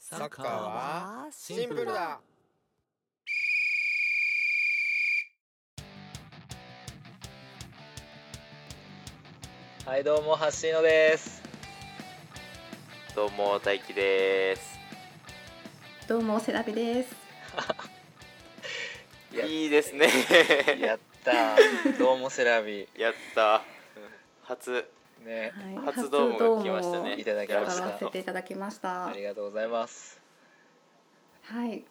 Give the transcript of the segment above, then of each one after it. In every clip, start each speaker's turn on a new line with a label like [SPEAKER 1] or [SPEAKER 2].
[SPEAKER 1] サッカーはシンプルだ
[SPEAKER 2] はいどうもはっしーのです
[SPEAKER 3] どうも大輝です
[SPEAKER 4] どうもセラビです。
[SPEAKER 2] や
[SPEAKER 3] いいですね
[SPEAKER 2] やったーどうもセラビ
[SPEAKER 3] やった初
[SPEAKER 2] ね
[SPEAKER 4] はい
[SPEAKER 3] 初ドームが来ましたね
[SPEAKER 2] 初ドームをいただき
[SPEAKER 4] 買
[SPEAKER 2] ま
[SPEAKER 4] わ
[SPEAKER 2] し
[SPEAKER 4] させ
[SPEAKER 2] た
[SPEAKER 4] ていただきました
[SPEAKER 2] あ。りがとうございます
[SPEAKER 4] はい。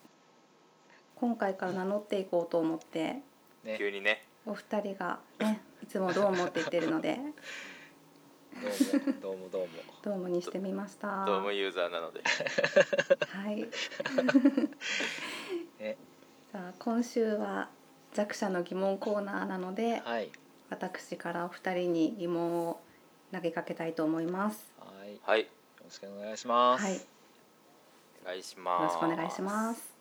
[SPEAKER 4] 今回から名乗っていこうと思って、
[SPEAKER 2] ね
[SPEAKER 3] 急にね
[SPEAKER 4] お二人がね、いつもどうもって言ってるので、
[SPEAKER 2] どうもどうもどうも
[SPEAKER 4] どうもにしてみました。
[SPEAKER 3] ドー
[SPEAKER 4] は
[SPEAKER 3] ムユーザーなので
[SPEAKER 4] い。
[SPEAKER 2] ね
[SPEAKER 4] じゃあ今週は弱者の疑問コーナーなので、
[SPEAKER 2] はい
[SPEAKER 4] 私からお二人に疑問を投げかけたいと思います。
[SPEAKER 2] はいよ
[SPEAKER 3] はいよ
[SPEAKER 2] ろしくお願いします
[SPEAKER 4] はい。よ
[SPEAKER 3] ろしくお願いしま
[SPEAKER 4] ろ
[SPEAKER 3] す
[SPEAKER 4] しくお願いします。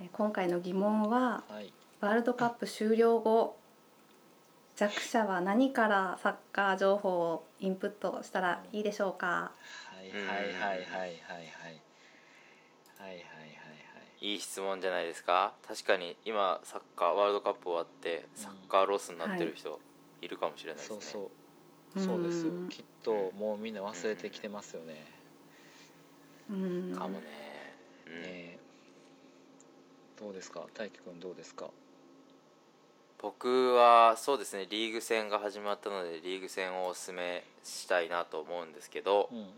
[SPEAKER 4] えー今回の疑問は。
[SPEAKER 2] はい
[SPEAKER 4] ワールドカップ終了後弱者は何からサッカー情報をインプットしたらいいでしょうか
[SPEAKER 2] はいはいはいはいはいはいはいはいはい
[SPEAKER 3] いい質問じゃないですか確かに今サッカーワールドカップ終わってサッカーロスになってる人いるかもしれないですね、
[SPEAKER 2] そうそうそうですよきっともうみんな忘れてきてますよね
[SPEAKER 4] うーん
[SPEAKER 3] かもね、うん
[SPEAKER 2] ねどうですか大輝くんどうですか
[SPEAKER 3] 僕はそうですねリーグ戦が始まったのでリーグ戦をおすすめしたいなと思うんですけど、
[SPEAKER 2] うんうん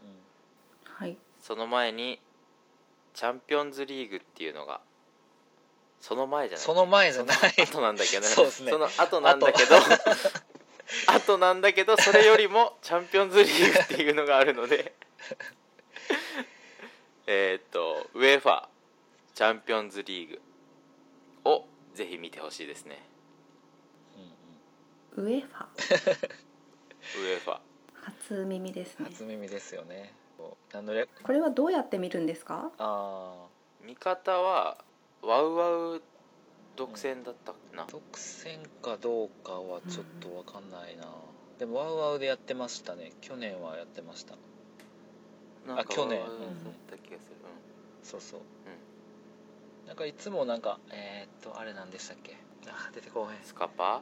[SPEAKER 4] はい
[SPEAKER 3] その前にチャンピオンズリーグっていうのがその前じゃない
[SPEAKER 2] その前じゃない
[SPEAKER 3] その後なんだけど
[SPEAKER 2] そうですね
[SPEAKER 3] の後なんだけど 後なんだけどそれよりもチャンピオンズリーグっていうのがあるので えーっと UEFA チャンピオンズリーグをぜひ見てほしいですね
[SPEAKER 2] うんうん
[SPEAKER 4] ウェファ
[SPEAKER 3] UEFA
[SPEAKER 4] 初耳ですね
[SPEAKER 2] 初耳ですよねこう何の略
[SPEAKER 4] これはどうやって見るんですか
[SPEAKER 2] あ
[SPEAKER 3] 見方はワウワウ独占だったかな、
[SPEAKER 2] あ独占かどうかはちょっとわかんないな、でもワウワウでやってましたね去年はやってました
[SPEAKER 3] なんか
[SPEAKER 2] あ去年
[SPEAKER 3] ワウワウだ
[SPEAKER 4] うん
[SPEAKER 3] った気がする、うん
[SPEAKER 2] そうそう、なんかいつもなんかえー、っとあれなんでしたっけあー出てこうへん
[SPEAKER 3] スカパ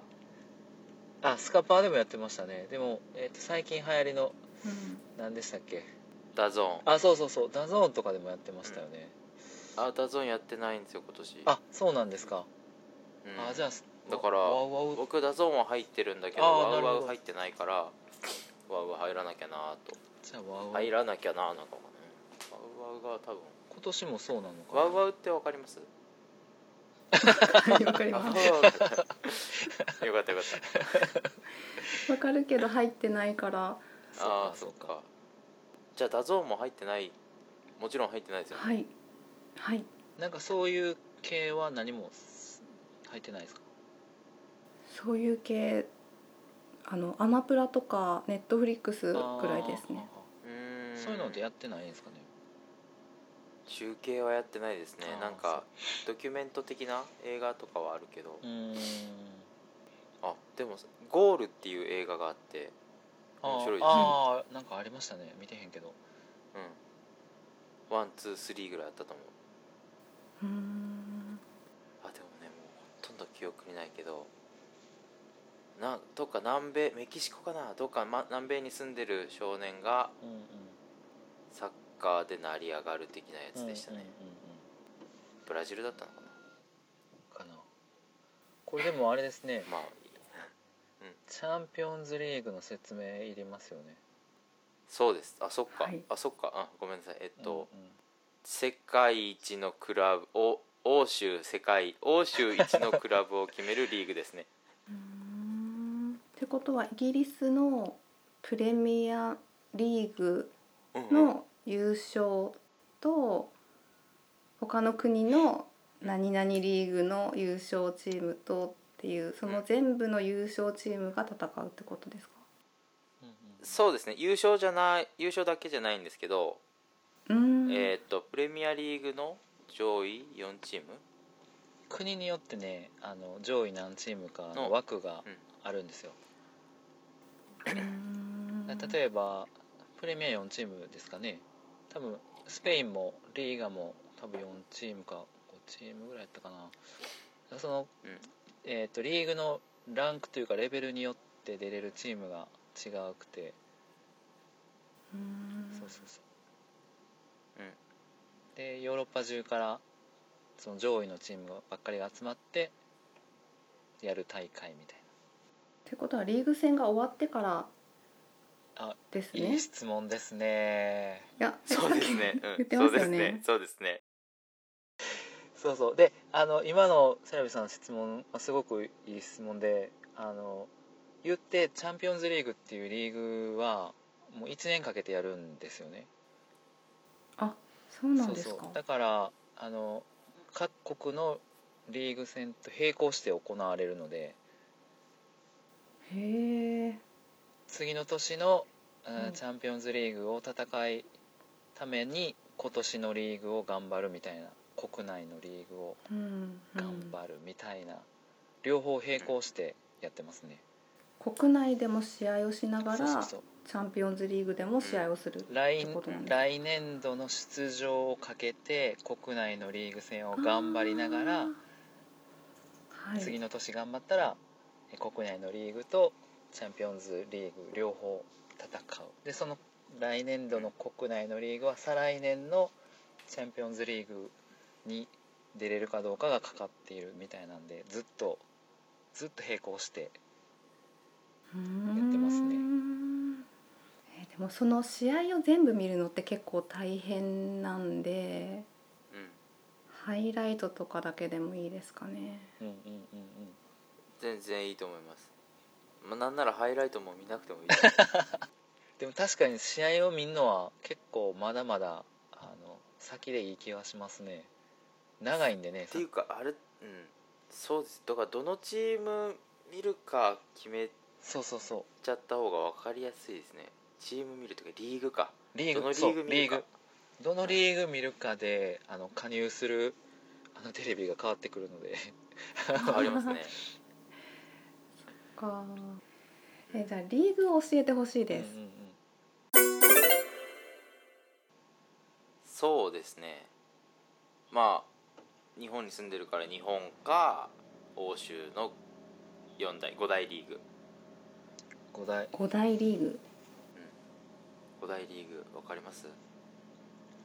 [SPEAKER 2] あスカパーでもやってましたねでも、えー、と最近流行りの何でしたっけ
[SPEAKER 3] ーダゾーン
[SPEAKER 2] あそうそうそうダゾーンとかでもやってましたよね、
[SPEAKER 3] あダゾーンやってないんですよ今年、
[SPEAKER 2] あそうなんですか、
[SPEAKER 3] うん
[SPEAKER 2] あじゃあ
[SPEAKER 3] だから
[SPEAKER 2] ワウワウ
[SPEAKER 3] 僕ダゾーンは入ってるんだけど
[SPEAKER 2] あー
[SPEAKER 3] ワウ
[SPEAKER 2] な
[SPEAKER 3] ワ
[SPEAKER 2] るほ
[SPEAKER 3] ウ
[SPEAKER 2] ど
[SPEAKER 3] 入ってないからワウワウ入らなきゃなーと
[SPEAKER 2] じゃあワウワウ
[SPEAKER 3] 入
[SPEAKER 2] 今
[SPEAKER 3] らなきゃなーなのかもねワウワウが多分
[SPEAKER 2] 年もそうなのかな
[SPEAKER 3] ワウワウってわかります
[SPEAKER 4] うんわか り
[SPEAKER 3] あ
[SPEAKER 4] ま
[SPEAKER 3] ワウワウよかったよかった
[SPEAKER 4] すわかるけど入ってないから
[SPEAKER 3] ああーそっかじゃあダゾーンも入ってないもちろん入ってないですよね
[SPEAKER 4] はいはい
[SPEAKER 2] なんかそういう系は何も入ってないですか
[SPEAKER 4] そういう系あのアマプラとかネットフリックス
[SPEAKER 2] あー
[SPEAKER 4] ぐらいですね
[SPEAKER 3] うー
[SPEAKER 2] あ
[SPEAKER 3] ん
[SPEAKER 2] そういうのってやってないんですかね
[SPEAKER 3] 中継はやってないですね
[SPEAKER 2] あー
[SPEAKER 3] なんかドキュメント的な映画とかはあるけど
[SPEAKER 2] うーん
[SPEAKER 3] あでも「ゴール」っていう映画があって
[SPEAKER 2] あ
[SPEAKER 3] 面白いですね
[SPEAKER 2] あーなんかありましたね見てへんけど
[SPEAKER 3] うんワンツースリーぐらいあったと思う
[SPEAKER 4] うーん
[SPEAKER 3] あでもねもうほとんど記憶にないけどなどっか南米メキシコかなどっか、ま、南米に住んでる少年が
[SPEAKER 2] うんうん
[SPEAKER 3] サッカーで成り上がる的なやつでしたね、
[SPEAKER 2] うんうん
[SPEAKER 3] ブラジルだったのかな
[SPEAKER 2] うんかなこれでもあれですね
[SPEAKER 3] まあ
[SPEAKER 2] チャンピオンズリーグの説明いりますよね
[SPEAKER 3] そうですあそっか、
[SPEAKER 4] はい
[SPEAKER 3] あそっかあごめんなさいえっと、
[SPEAKER 2] うんう
[SPEAKER 3] 世界一のクラブを欧州世界欧州一のクラブを決めるリーグですね
[SPEAKER 4] うーんってことはイギリスのプレミアリーグの優勝と他の国の何々リーグの優勝チームとっていうその全部の優勝チームが戦うってことですか
[SPEAKER 2] んうんうん
[SPEAKER 3] そうですね優勝じゃない優勝だけじゃないんですけど
[SPEAKER 4] うーん、
[SPEAKER 3] えーっとプレミアリーグの上位4チーム
[SPEAKER 2] 国によってねあの上位何チームか
[SPEAKER 3] うん
[SPEAKER 2] の枠が
[SPEAKER 3] うん
[SPEAKER 2] あるんですよ、
[SPEAKER 4] うーん
[SPEAKER 2] 例えばプレミア4チームですかね多分スペインもリーガも多分4チームか5チームぐらいやったかなその、
[SPEAKER 3] うん
[SPEAKER 2] えー、とリーグのランクというかレベルによって出れるチームが違うくて、
[SPEAKER 4] うん
[SPEAKER 2] そうそうそう、
[SPEAKER 3] うん
[SPEAKER 2] でヨーロッパ中からその上位のチームばっかりが集まってやる大会みたい
[SPEAKER 4] ってことはリーグ戦が終わってから
[SPEAKER 2] あ
[SPEAKER 4] です
[SPEAKER 2] な、い
[SPEAKER 4] ね。
[SPEAKER 2] い
[SPEAKER 4] い
[SPEAKER 2] 質問ですね
[SPEAKER 4] や、
[SPEAKER 3] そうですね
[SPEAKER 4] さっ
[SPEAKER 3] うん
[SPEAKER 4] き言って
[SPEAKER 3] そ
[SPEAKER 4] ま
[SPEAKER 3] う
[SPEAKER 4] した
[SPEAKER 3] で
[SPEAKER 4] よ
[SPEAKER 3] すね
[SPEAKER 4] ね。
[SPEAKER 3] そうですね
[SPEAKER 2] そうそうであの今のセラビさんの質問はすごくいい質問であの言ってチャンピオンズリーグっていうリーグはもう1年かけてやるんですよね
[SPEAKER 4] そうなんです
[SPEAKER 2] そう
[SPEAKER 4] か
[SPEAKER 2] そう。だからあの各国のリーグ戦と並行して行われるので
[SPEAKER 4] へえ。
[SPEAKER 2] 次の年の、うん
[SPEAKER 4] うん
[SPEAKER 2] チャンピオンズリーグを戦いために今年のリーグを頑張るみたいな国内のリーグを
[SPEAKER 4] うん、う
[SPEAKER 2] 頑
[SPEAKER 4] ん。
[SPEAKER 2] 張るみたいな、両方並行してやってますね。
[SPEAKER 4] 国内でも試合をしなが
[SPEAKER 2] そうそう
[SPEAKER 4] ら
[SPEAKER 2] そう
[SPEAKER 4] チャンピオンズリーグでも試合をする。
[SPEAKER 2] 来
[SPEAKER 4] ってことなんだ
[SPEAKER 2] 来年度の出場をかけて国内のリーグ戦を頑張りながら
[SPEAKER 4] あー。はい。
[SPEAKER 2] 次の年頑張ったらえ国内のリーグとチャンピオンズリーグ両方戦うでその来年度の国内のリーグは再来年のチャンピオンズリーグに出れるかどうかがかかっているみたいなんでずっとずっと並行して
[SPEAKER 4] や
[SPEAKER 2] ってますね
[SPEAKER 4] えーでもその試合を全部見るのって結構大変なんで
[SPEAKER 3] うん
[SPEAKER 4] ハイライトとかだけでもいいですかね
[SPEAKER 2] うんうんうん
[SPEAKER 3] 全然いいと思います、まあ、なんならハイライトも見なくてもいい
[SPEAKER 2] でも確かに試合を見るのは結構まだまだあの先でいい気がしますね長いんでね
[SPEAKER 3] っていうかあれうんそうですだからどのチーム見るか決め
[SPEAKER 2] そうそうそ
[SPEAKER 3] ちゃった方が分かりやすいですねチーム見るとかリーグか
[SPEAKER 2] うリーグ
[SPEAKER 3] どのリ
[SPEAKER 2] そ
[SPEAKER 3] ー
[SPEAKER 2] う
[SPEAKER 3] グ見
[SPEAKER 2] リ
[SPEAKER 3] る
[SPEAKER 2] ー
[SPEAKER 3] か
[SPEAKER 2] グどのリーグ見るかであの加入するあのテレビが変わってくるので
[SPEAKER 3] 変わりますね
[SPEAKER 4] かえーじゃあリーグを教えてほしいです、
[SPEAKER 2] うんうんうん
[SPEAKER 3] そうですねまあ日本に住んでるから日本か欧州の4大5大リーグ
[SPEAKER 2] 五大
[SPEAKER 4] 五大リーグ
[SPEAKER 3] 5大リーグ分かります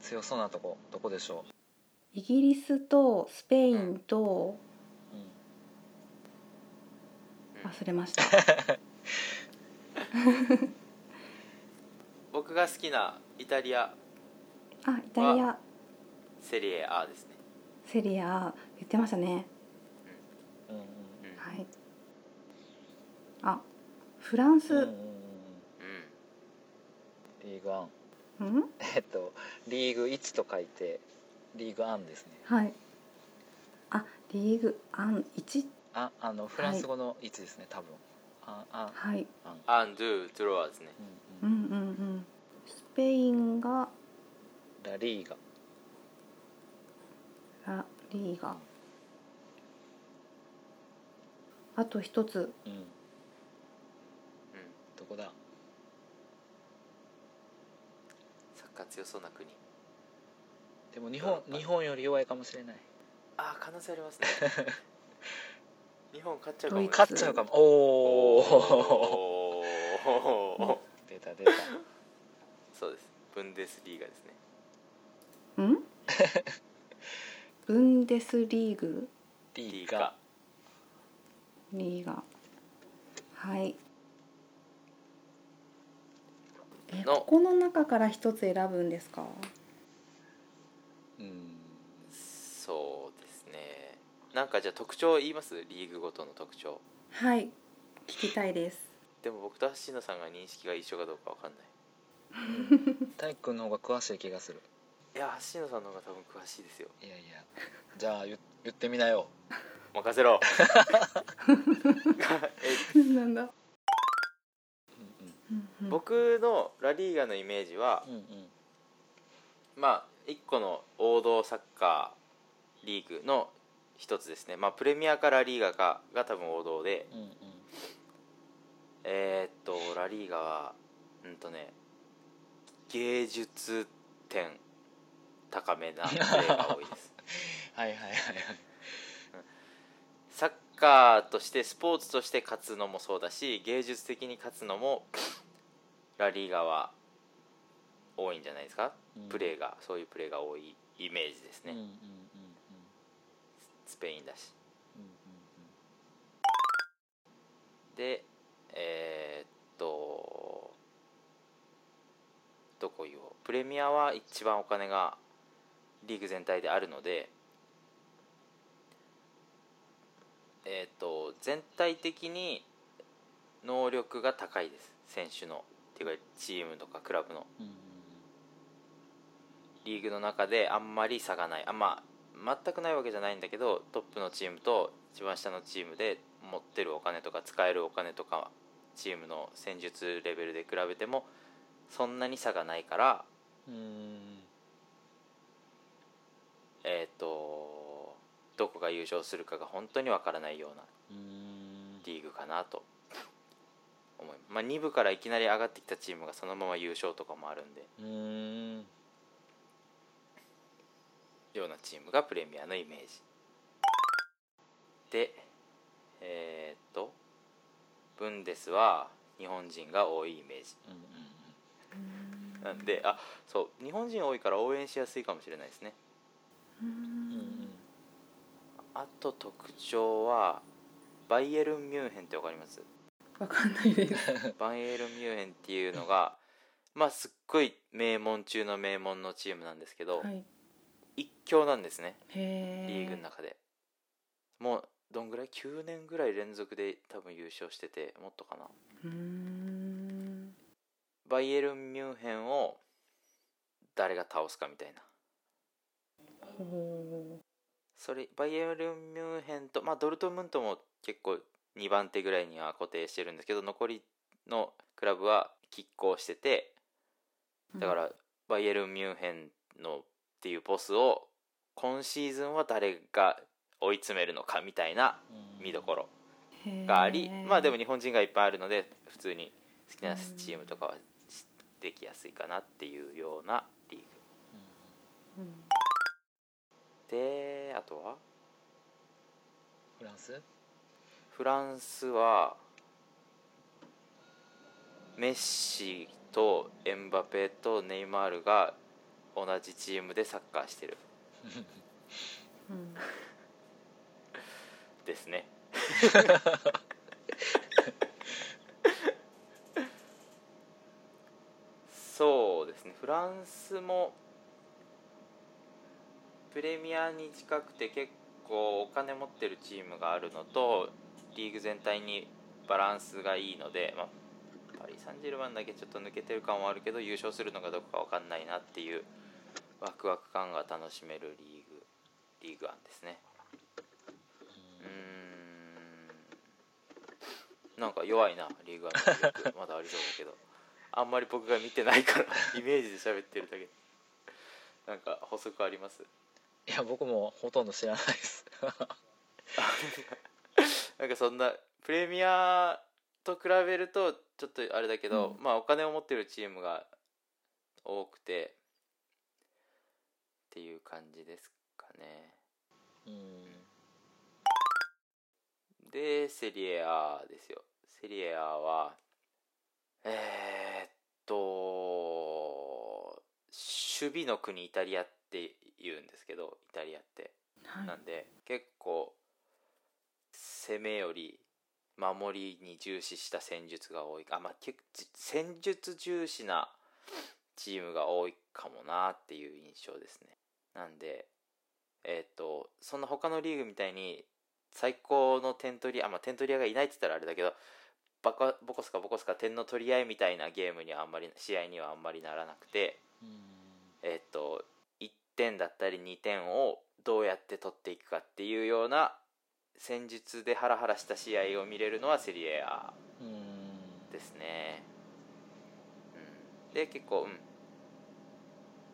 [SPEAKER 2] 強そうなとこどこでしょ
[SPEAKER 4] イギリスとスペインと
[SPEAKER 2] う、うん
[SPEAKER 3] うん
[SPEAKER 4] 忘れ ました
[SPEAKER 3] 僕が好きなイタリア
[SPEAKER 4] あイタリア
[SPEAKER 3] セリエ A ですね、
[SPEAKER 4] セリア言ってましたね
[SPEAKER 2] うんうん
[SPEAKER 3] うん
[SPEAKER 4] はいあフランス、
[SPEAKER 2] うん
[SPEAKER 4] う
[SPEAKER 2] うんう
[SPEAKER 3] うん
[SPEAKER 2] ん
[SPEAKER 4] ん
[SPEAKER 2] リーグワンえっとリーグ1と書いてリーグアンですね
[SPEAKER 4] はいあリーグアン1
[SPEAKER 2] ああのフランス語の1ですね、多分ああ
[SPEAKER 4] はい
[SPEAKER 2] あん、
[SPEAKER 3] アンドゥ・トゥロワですね
[SPEAKER 2] う
[SPEAKER 4] うんん
[SPEAKER 2] う、
[SPEAKER 4] うんんうんスペインが
[SPEAKER 2] ラリーガ
[SPEAKER 4] ラリーガあと一つ
[SPEAKER 2] うん
[SPEAKER 3] うん
[SPEAKER 2] どこだ
[SPEAKER 3] サッカー強そうな国
[SPEAKER 2] でも日本日本より弱いかもしれない
[SPEAKER 3] ああ可能性あります ね日本勝っちゃうか
[SPEAKER 4] ド
[SPEAKER 3] も
[SPEAKER 4] イツ
[SPEAKER 2] 勝っちゃうかもおお
[SPEAKER 3] おー
[SPEAKER 2] 出た 出た
[SPEAKER 3] そうですブンデスリーガですね
[SPEAKER 4] んブンデスリーグ
[SPEAKER 2] リーガ
[SPEAKER 4] リーガはいえ
[SPEAKER 3] の
[SPEAKER 4] ここの中から一つ選ぶんですか
[SPEAKER 2] うん
[SPEAKER 3] そうですねなんかじゃあ特徴言いますリーグごとの特徴
[SPEAKER 4] はい聞きたいです
[SPEAKER 3] でも僕と橋野さんが認識が一緒かどうかわかんない
[SPEAKER 2] 体育君の方が詳しい気がする
[SPEAKER 3] いや橋野さんの方が多分詳しいですよ
[SPEAKER 2] いやいやじゃあ言言ってみなよ
[SPEAKER 3] 任せろ
[SPEAKER 4] なんだ、
[SPEAKER 2] う
[SPEAKER 4] うんうん
[SPEAKER 3] 僕のラリーガのイメージは
[SPEAKER 2] んうんうん
[SPEAKER 3] まあ一個の王道サッカーリーグの一つですねまあプレミアかラリーガかが多分王道で
[SPEAKER 2] うんうん
[SPEAKER 3] えーっとラリーガはうんとね芸術点高めなプレーが多いです
[SPEAKER 2] はいはいはいはい
[SPEAKER 3] サッカーとしてスポーツとして勝つのもそうだし芸術的に勝つのもラリーガは多いんじゃないですか、
[SPEAKER 2] うん
[SPEAKER 3] プレーがそういうプレーが多いイメージですね、
[SPEAKER 2] うんうんうんうん
[SPEAKER 3] スペインだし
[SPEAKER 2] うん
[SPEAKER 3] でえーっとどこ言おうプレミアは一番お金がリーグ全体であるのでえーっと全体的に能力が高いです選手のっていうかチームとかクラブの
[SPEAKER 2] うんうんうん
[SPEAKER 3] リーグの中であんまり差がないあまあ全くないわけじゃないんだけどトップのチームと一番下のチームで持ってるお金とか使えるお金とかチームの戦術レベルで比べてもそんなに差がないから
[SPEAKER 2] うんうん
[SPEAKER 3] えっ、とどこが優勝するかが本当にわからないような
[SPEAKER 2] うん
[SPEAKER 3] リーグかなと思います、まあ、2部からいきなり上がってきたチームがそのまま優勝とかもあるんで
[SPEAKER 2] うん
[SPEAKER 3] ようなチームがプレミアのイメージでえーっとブンデスは日本人が多いイメージ
[SPEAKER 2] うん
[SPEAKER 3] なんであそう日本人多いから応援しやすいかもしれないですね
[SPEAKER 4] う
[SPEAKER 2] うんうん
[SPEAKER 4] ん
[SPEAKER 3] あと特徴はバイエルン・ミュンヘンってわかります
[SPEAKER 4] わかんないです。
[SPEAKER 3] バイエルン・ミュンヘンっていうのがまあすっごい名門中の名門のチームなんですけど、
[SPEAKER 4] はい。
[SPEAKER 3] 一強なんですね
[SPEAKER 4] へえ。
[SPEAKER 3] リーグの中で、もうどんぐらい9年ぐらい連続で多分優勝しててもっとかな
[SPEAKER 4] うーん。
[SPEAKER 3] バイエルン・ミュンヘンを誰が倒すかみたいな
[SPEAKER 4] ほ
[SPEAKER 3] それバイエルン・ミュンヘンと、まあ、ドルトムントも結構2番手ぐらいには固定してるんですけど残りのクラブは拮抗してて
[SPEAKER 4] う
[SPEAKER 3] だからバイエルン・ミュンヘンのっていうボスを今シーズンは誰が追い詰めるのかみたいな
[SPEAKER 2] うん
[SPEAKER 3] 見どころ
[SPEAKER 4] へー
[SPEAKER 3] があり、まあでも日本人がいっぱいあるので普通に好きなチームとかはしできやすいかなっていうようなリー
[SPEAKER 4] うん
[SPEAKER 3] グであとは
[SPEAKER 2] フランス
[SPEAKER 3] フランスはメッシとエンバペとネイマールが同じチームでサッカーしてる
[SPEAKER 4] うん
[SPEAKER 3] ですねそうですねフランスもプレミアに近くて結構お金持ってるチームがあるのとリーグ全体にバランスがいいので、まあ、パリ・サンジェルマンだけちょっと抜けてる感はあるけど優勝するのかどうかわかんないなっていうワクワク感が楽しめるリーグリーグワンですね。うーんなんか弱いなリーグワンの魅力まだありそうだけどあんまり僕が見てないからイメージで喋ってるだけなんか補足あります
[SPEAKER 2] いや僕もほとんど知らないです
[SPEAKER 3] なんかそんなプレミアと比べるとちょっとあれだけど、まあお金を持ってるチームが多くてっていう感じですかね
[SPEAKER 2] うん
[SPEAKER 3] でセリエ A ですよセリエ A はえーっと守備の国イタリアって言うんですけどイタリアって
[SPEAKER 4] はい
[SPEAKER 3] なんで結構攻めより守りに重視した戦術が多いあまあ結構戦術重視なチームが多いかもなっていう印象ですねなんでえっ、とそんな他のリーグみたいに最高の点取りあまあ点取り屋がいないって言ったらあれだけどバカボコスカボコスカ点の取り合いみたいなゲームにはあんまり試合にはあんまりならなくて
[SPEAKER 2] うん
[SPEAKER 3] えっと1点だったり2点をどうやって取っていくかっていうような戦術でハラハラした試合を見れるのはセリエ A
[SPEAKER 2] うん
[SPEAKER 3] ですね、うん、で結構、うん、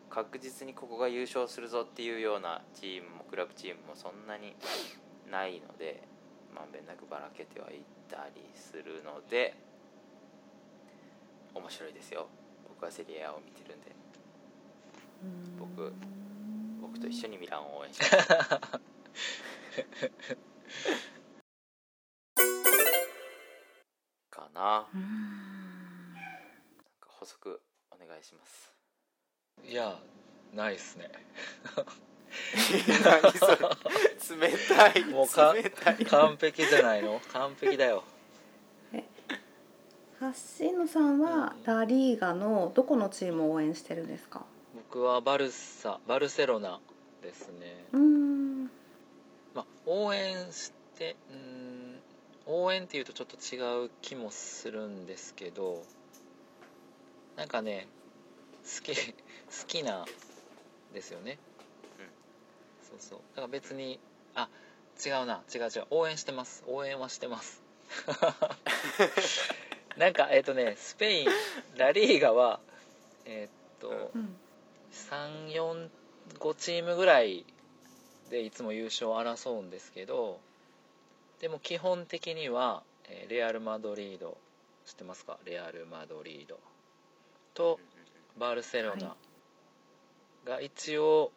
[SPEAKER 3] 確実にここが優勝するぞっていうようなチームもクラブチームもそんなにないのでまんべんなくばらけてはいたりするので面白いですよ僕はセリエ A を見てるんで
[SPEAKER 4] うん
[SPEAKER 3] く僕と一緒にミランを応援して ますかな
[SPEAKER 4] うーん
[SPEAKER 3] 補足お願いします
[SPEAKER 2] いやないっすね
[SPEAKER 3] 何それ冷たい
[SPEAKER 2] もうか
[SPEAKER 3] 冷たい
[SPEAKER 2] 完璧じゃないの完璧だよ
[SPEAKER 4] ハッシーノさんはラリーガのどこのチームを応援してるんですか
[SPEAKER 2] 僕はバルサバルセロナですね
[SPEAKER 4] うーん
[SPEAKER 2] まあ応援してうん応援っていうとちょっと違う気もするんですけどなんかね好き 好きなんですよね、
[SPEAKER 3] うん
[SPEAKER 2] そうそうだから別にあ違うな違う違う応援してます応援はしてます なんかえっ、とねスペインラリーガはえっと、
[SPEAKER 3] うん
[SPEAKER 4] うん
[SPEAKER 2] 345チームぐらいでいつも優勝を争うんですけどでも基本的には、えーレアル・マドリード知ってますかレアル・マドリードとバルセロナが一応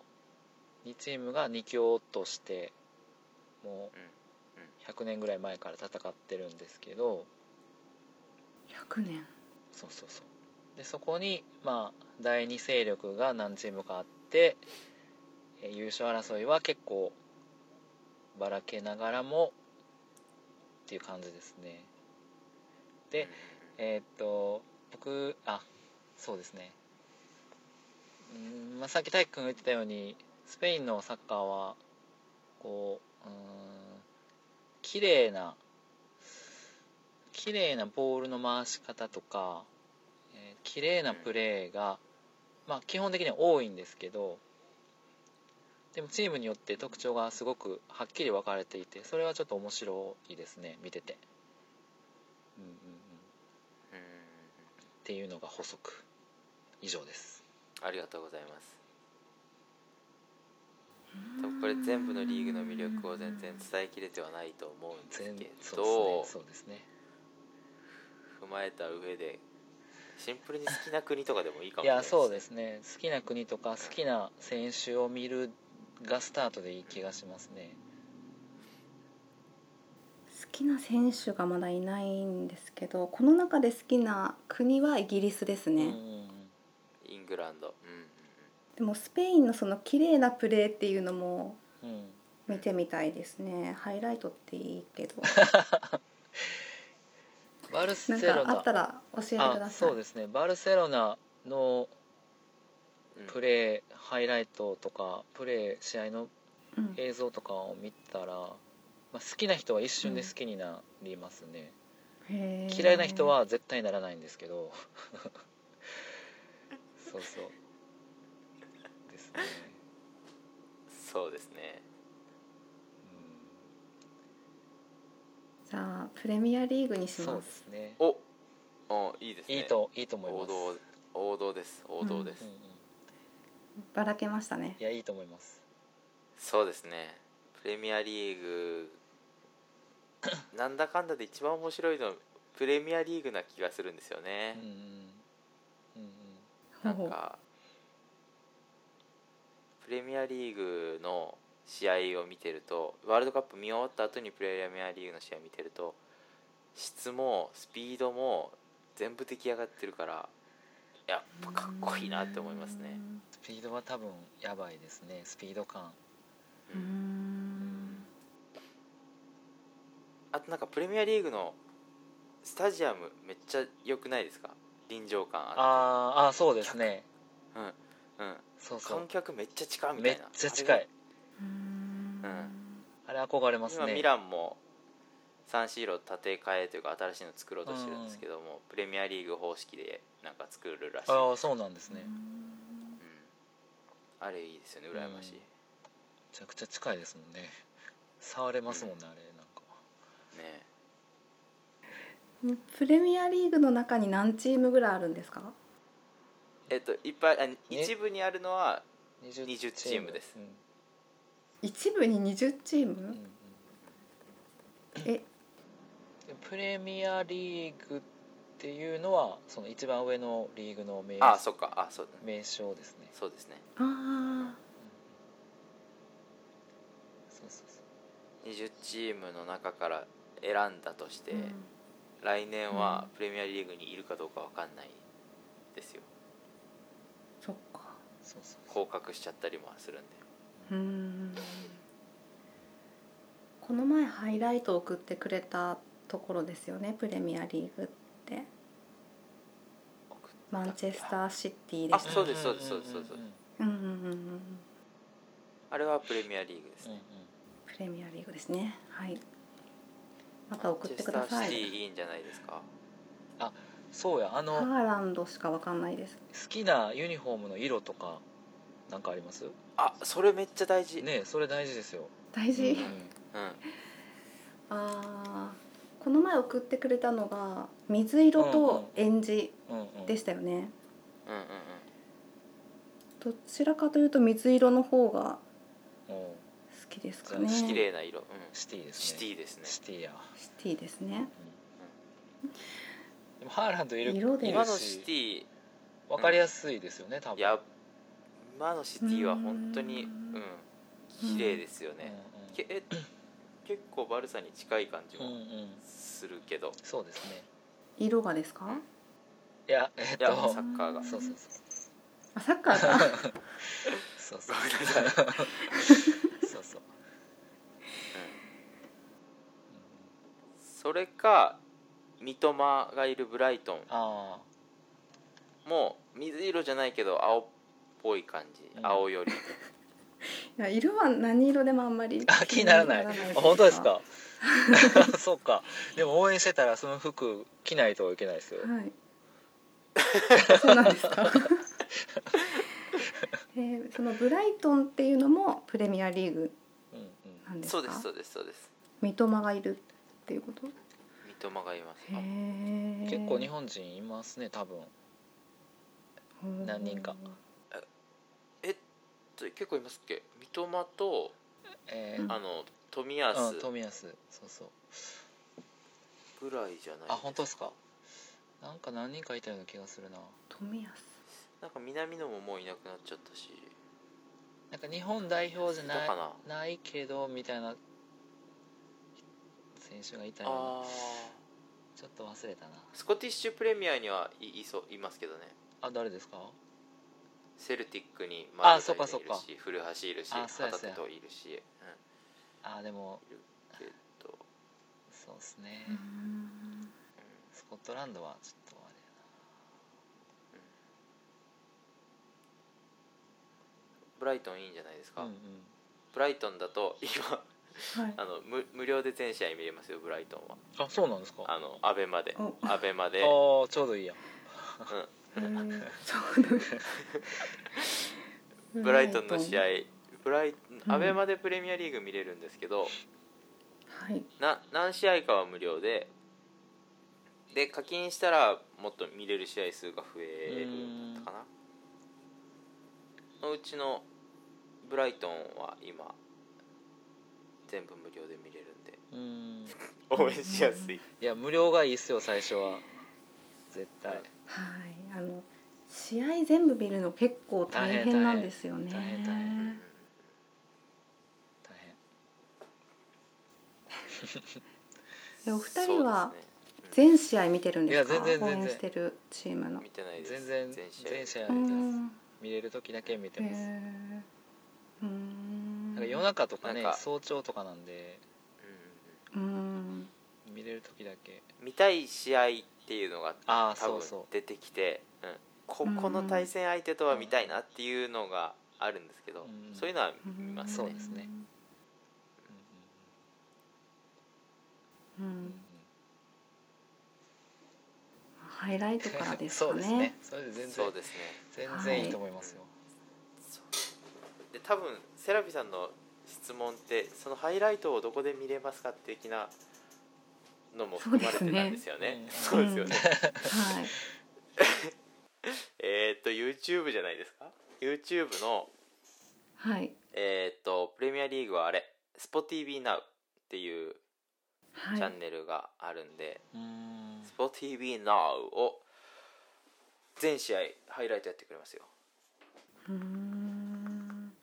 [SPEAKER 2] 2チームが2強としても
[SPEAKER 3] うんうん
[SPEAKER 2] う100年ぐらい前から戦ってるんですけど、
[SPEAKER 4] 100年
[SPEAKER 2] そうそうそうでそこにまあ第二勢力が何チームかあってえー優勝争いは結構ばらけながらもっていう感じですねでえーっと僕あそうですねうーん、まあ、さっき体育君が言ってたようにスペインのサッカーはこううーん綺麗な綺麗なボールの回し方とか、えー、綺麗なプレーが、まあ、基本的には多いんですけどでもチームによって特徴がすごくはっきり分かれていてそれはちょっと面白いですね見てて。うんうんうん
[SPEAKER 3] うん
[SPEAKER 2] っていうのが補足以上です
[SPEAKER 3] ありがとうございます多分これ全部のリーグの魅力を全然伝えきれてはないと思うんです
[SPEAKER 2] 全
[SPEAKER 3] け
[SPEAKER 2] そう
[SPEAKER 3] ど
[SPEAKER 2] ですねそうですね
[SPEAKER 3] 踏まえた上でシンプルに好きな国とかでもいいかもし
[SPEAKER 2] い
[SPEAKER 3] れない
[SPEAKER 2] やそうですね好きな国とか好きな選手を見るがスタートでいい気がしますね
[SPEAKER 4] 好きな選手がまだいないんですけどこの中で好きな国はイギリスです
[SPEAKER 2] う
[SPEAKER 4] ね、
[SPEAKER 2] ん
[SPEAKER 3] イングランド、うんうんうん
[SPEAKER 4] でもスペインのその綺麗なプレーっていうのも
[SPEAKER 2] うん
[SPEAKER 4] 見てみたいですねハイライトっていいけど
[SPEAKER 2] バルセ
[SPEAKER 4] なん
[SPEAKER 2] ロ
[SPEAKER 4] かあ
[SPEAKER 2] ナ
[SPEAKER 4] ったら教えてくだ
[SPEAKER 2] あ
[SPEAKER 4] さい
[SPEAKER 2] そうですねバルセロナの
[SPEAKER 3] うん
[SPEAKER 2] プレーハイライトとかプレー試合の
[SPEAKER 4] うん
[SPEAKER 2] 映像とかを見たら、まあ、好きな人は一瞬で好きになりますね、
[SPEAKER 4] へー
[SPEAKER 2] 嫌いな人は絶対ならないんですけ どそうそうですね、
[SPEAKER 3] そうですね
[SPEAKER 4] じゃあプレミアリーグに
[SPEAKER 2] う
[SPEAKER 4] し
[SPEAKER 2] ん、そう
[SPEAKER 4] ま
[SPEAKER 2] ですすね
[SPEAKER 3] おおいいですね
[SPEAKER 2] いいといいと思い
[SPEAKER 3] 王
[SPEAKER 2] ます、
[SPEAKER 3] 道王道です王道です、
[SPEAKER 2] うんうん、
[SPEAKER 4] ばらけましたね
[SPEAKER 2] いやいいと思います
[SPEAKER 3] そうですねプレミアリー グなんだかんだで一番面白いのプレミアリーグな気がするんですよ
[SPEAKER 2] うん
[SPEAKER 3] ね
[SPEAKER 2] うん、うんうん、
[SPEAKER 3] なんかプレミアリーグの試合を見てるとワールドカップ見終わった後にプレミアリーグの試合見てると質もスピードも全部出来上がってるからやっぱかっこいいなって思いますね。
[SPEAKER 2] スピードは多分やばいですねスピード感
[SPEAKER 4] うーん
[SPEAKER 3] あとなんかプレミアリーグのスタジアムめっちゃ良くないですか臨場感あっ
[SPEAKER 2] あーあーそうですね
[SPEAKER 3] てうんうん、
[SPEAKER 2] そうそ
[SPEAKER 3] 観
[SPEAKER 2] う
[SPEAKER 3] 客めっちゃ近いみた
[SPEAKER 2] め
[SPEAKER 3] い
[SPEAKER 2] っ
[SPEAKER 3] な
[SPEAKER 2] ちゃ近
[SPEAKER 3] あれ
[SPEAKER 2] いう
[SPEAKER 4] ーん
[SPEAKER 2] あれ憧れます
[SPEAKER 3] 今ミ
[SPEAKER 2] ね
[SPEAKER 3] ランもサンシーロ建て替えというか新しいの作ろうとしてるんですけども、プレミアリーグ方式でなんか作るらしい
[SPEAKER 2] ああそうなんですね
[SPEAKER 4] うー
[SPEAKER 2] め
[SPEAKER 4] ん
[SPEAKER 3] うんあれいいですよね羨ましい、
[SPEAKER 2] ちゃくちゃ近いですもんね触れますもんねあれなんか
[SPEAKER 3] ね
[SPEAKER 4] プレミアリーグの中に何チームぐらいあるんですか
[SPEAKER 3] えっといっぱいあ一部にあるのは
[SPEAKER 2] 20
[SPEAKER 3] 20チームです
[SPEAKER 2] うん
[SPEAKER 4] 一部に20チー
[SPEAKER 2] うんう
[SPEAKER 4] ム
[SPEAKER 2] ん
[SPEAKER 4] え
[SPEAKER 2] でプレミアリーグっっていうのはその一番上のリーグの名
[SPEAKER 3] ああそっかあそうだね
[SPEAKER 2] 名称ですね
[SPEAKER 3] そうですね
[SPEAKER 4] あ
[SPEAKER 2] そうそうそう
[SPEAKER 3] 20チームの中から選んだとして、
[SPEAKER 4] ー
[SPEAKER 3] 来年は
[SPEAKER 4] う
[SPEAKER 3] プレミアリーグにいるかどうかわかんないですよ
[SPEAKER 4] そっか
[SPEAKER 2] そうそう
[SPEAKER 3] 降格しちゃったりもするんで
[SPEAKER 4] うーんこの前ハイライト送ってくれたところですよねプレミアリーグってマンチェスターシティで
[SPEAKER 3] あ
[SPEAKER 4] した
[SPEAKER 3] そうですそうですそうですそうです
[SPEAKER 2] んんん
[SPEAKER 4] うんうんうんうん
[SPEAKER 3] あれはプレミアリーグです
[SPEAKER 2] うん
[SPEAKER 3] ね、
[SPEAKER 4] プレミアリーグですねはいまた送ってくださ
[SPEAKER 3] マンチェスターシテ
[SPEAKER 4] い
[SPEAKER 3] ィいいんじゃないですか
[SPEAKER 2] うんそうやあ
[SPEAKER 4] ハ
[SPEAKER 2] の好
[SPEAKER 4] ーランドしかわかんないです
[SPEAKER 2] きなユニフォームの色とかなんかあります
[SPEAKER 3] あそれめっちゃ大事、
[SPEAKER 2] ねそれ大事ですよ、
[SPEAKER 4] 大
[SPEAKER 2] うんう
[SPEAKER 4] 事
[SPEAKER 2] ん
[SPEAKER 3] うん
[SPEAKER 4] あーこの前送ってくれたのが水色とえんじ
[SPEAKER 2] うんうん、
[SPEAKER 4] でしたよ
[SPEAKER 3] うん
[SPEAKER 4] ね、
[SPEAKER 3] うんうん
[SPEAKER 4] どちらかというと水色の方が
[SPEAKER 2] おう
[SPEAKER 4] 好きですか
[SPEAKER 2] う
[SPEAKER 4] ね
[SPEAKER 3] 綺麗な色、うん、
[SPEAKER 2] シティですね
[SPEAKER 3] シティですね
[SPEAKER 2] シティや、う
[SPEAKER 4] シティですね
[SPEAKER 2] んでもハーランドいる
[SPEAKER 4] 色で
[SPEAKER 2] いるし
[SPEAKER 3] 今のシティ
[SPEAKER 2] わかりやすいですよね多分
[SPEAKER 3] いや今のシティは本当に
[SPEAKER 4] う
[SPEAKER 3] うんん綺麗ですよね、
[SPEAKER 2] うんうん
[SPEAKER 3] けえ結構バルサに近い感じ
[SPEAKER 2] うんう
[SPEAKER 3] も
[SPEAKER 2] ん
[SPEAKER 3] するけど、
[SPEAKER 2] そうですね
[SPEAKER 4] 色がですか
[SPEAKER 2] いやえっ
[SPEAKER 3] いやサ
[SPEAKER 2] とそう
[SPEAKER 3] ッカー が
[SPEAKER 2] そうそう
[SPEAKER 4] あサッカーが
[SPEAKER 2] そうそ
[SPEAKER 3] ご
[SPEAKER 2] う
[SPEAKER 3] めんなさい、
[SPEAKER 2] そうそううん
[SPEAKER 3] それか三笘がいるブライトン
[SPEAKER 2] あ
[SPEAKER 3] もう水色じゃないけど青っぽい感じ、
[SPEAKER 2] うん
[SPEAKER 3] 青より
[SPEAKER 4] いや色は何色でもあんまり
[SPEAKER 2] あ 気にならないあ本当ですか そうかでも応援してたらその服着ないといけないですよ
[SPEAKER 4] はいそうなんですか えーそのブライトンっていうのもプレミアリーグ
[SPEAKER 2] うんうん
[SPEAKER 4] なんで
[SPEAKER 3] そう
[SPEAKER 4] すか
[SPEAKER 3] ですそうですそうです
[SPEAKER 4] 三笘がいるっていうこと
[SPEAKER 3] 三笘がいます
[SPEAKER 4] へー
[SPEAKER 2] 結構日本人いますね多分
[SPEAKER 4] うん
[SPEAKER 2] 何人か
[SPEAKER 3] えっと結構いますっけ三笘と
[SPEAKER 2] えー
[SPEAKER 3] あの冨安
[SPEAKER 2] うん冨安そうそう
[SPEAKER 3] ぐらいじゃない
[SPEAKER 2] あ本当ですかなんか何人かいたような気がするな
[SPEAKER 4] 富安
[SPEAKER 3] なんか南野ももういなくなっちゃったし
[SPEAKER 2] なんか日本代表じゃない
[SPEAKER 3] いたかな
[SPEAKER 2] ないけどみたいな選手がいたような
[SPEAKER 3] ああ
[SPEAKER 2] ちょっと忘れたな
[SPEAKER 3] スコティッシュプレミアにはいいそういますけどね
[SPEAKER 2] あ誰ですか
[SPEAKER 3] セルティックに
[SPEAKER 2] あ
[SPEAKER 3] マルタイもい
[SPEAKER 2] そっか
[SPEAKER 3] るし古橋いるし
[SPEAKER 2] あそう
[SPEAKER 3] 旗
[SPEAKER 2] やそう
[SPEAKER 3] 手
[SPEAKER 2] や
[SPEAKER 3] といるし、
[SPEAKER 2] あでも
[SPEAKER 3] うん、けど
[SPEAKER 2] そうですね、
[SPEAKER 4] うん
[SPEAKER 2] スコットランドはちょっとあれ
[SPEAKER 3] ブライトンいいんじゃないですか、
[SPEAKER 2] やなうんうん
[SPEAKER 3] ブライトンだと今
[SPEAKER 4] はい
[SPEAKER 3] あの無無料で全試合見れますよブライトンは
[SPEAKER 2] あそうなんですかあ
[SPEAKER 3] あのアベマで
[SPEAKER 4] お
[SPEAKER 3] アベマで
[SPEAKER 2] あーちょうどいいやん
[SPEAKER 4] へーそうなん
[SPEAKER 3] ブライトンの試合
[SPEAKER 4] は
[SPEAKER 3] ブライ
[SPEAKER 4] うん
[SPEAKER 3] アベマでプレミアリーグ見れるんですけど、
[SPEAKER 4] い。
[SPEAKER 3] な何試合かは無料でで課金したらもっと見れる試合数が増えるかなのうちのブライトンは今全部無料で見れるんで
[SPEAKER 2] うん
[SPEAKER 3] 応援しやすい
[SPEAKER 2] いや無料がいいっすよ最初は絶対
[SPEAKER 4] はい。あの試合全部見るの結構大変なんですよね。
[SPEAKER 2] 大変大変大
[SPEAKER 3] うん
[SPEAKER 2] 変大
[SPEAKER 4] でお二人
[SPEAKER 3] そ
[SPEAKER 4] は
[SPEAKER 3] うです
[SPEAKER 4] 全試合見てるんですか？
[SPEAKER 2] いや全然
[SPEAKER 4] 応
[SPEAKER 2] 全然
[SPEAKER 4] 援してるチームの
[SPEAKER 3] ね見。てない
[SPEAKER 2] 変
[SPEAKER 3] です
[SPEAKER 2] 全然
[SPEAKER 3] 全試合
[SPEAKER 2] 全試合
[SPEAKER 4] う
[SPEAKER 2] 見てます
[SPEAKER 4] ん。
[SPEAKER 2] 見れる時だけ見て
[SPEAKER 4] へ
[SPEAKER 2] ます
[SPEAKER 4] ーう
[SPEAKER 2] なんか夜
[SPEAKER 4] ん。
[SPEAKER 2] 中とかね
[SPEAKER 3] なんか
[SPEAKER 2] 早朝とかなんで
[SPEAKER 3] うん
[SPEAKER 4] うん。
[SPEAKER 2] 見れる時だけ
[SPEAKER 3] 見たい試合っていうのが
[SPEAKER 2] あ
[SPEAKER 3] 多
[SPEAKER 2] あそう
[SPEAKER 3] 分
[SPEAKER 2] そ
[SPEAKER 3] 出てきてうんこ
[SPEAKER 4] うん
[SPEAKER 3] この対戦相手とは見たいなっていうのがあるんですけど、
[SPEAKER 2] うん
[SPEAKER 3] そういうのは見ます
[SPEAKER 2] そう
[SPEAKER 3] ね
[SPEAKER 2] で、すねう
[SPEAKER 4] う
[SPEAKER 2] うんうん
[SPEAKER 4] ん。ハイライトから
[SPEAKER 2] うん
[SPEAKER 4] です
[SPEAKER 2] そ
[SPEAKER 4] か
[SPEAKER 2] うです
[SPEAKER 4] ね
[SPEAKER 2] ね。それで全
[SPEAKER 3] そ
[SPEAKER 2] 然
[SPEAKER 3] うですね
[SPEAKER 2] 全然いいと思いますよ
[SPEAKER 3] そうで多分セラピさんの質問ってそのハイライトをどこで見れますか的なのも含まれてたんですよね
[SPEAKER 2] そ
[SPEAKER 3] そうう
[SPEAKER 4] で
[SPEAKER 3] ですす
[SPEAKER 4] ね
[SPEAKER 3] よね、
[SPEAKER 4] はい。
[SPEAKER 3] えーっと YouTube じゃないですか YouTube の
[SPEAKER 4] はい。
[SPEAKER 3] えーっとプレミアリーグはあれ SPOTVNOW っていう
[SPEAKER 4] は
[SPEAKER 3] チャ
[SPEAKER 4] い
[SPEAKER 3] ンネルがあるんで、
[SPEAKER 2] うーん
[SPEAKER 3] SpotTV Now を全試合ハイライトやってくれますよ
[SPEAKER 4] うーん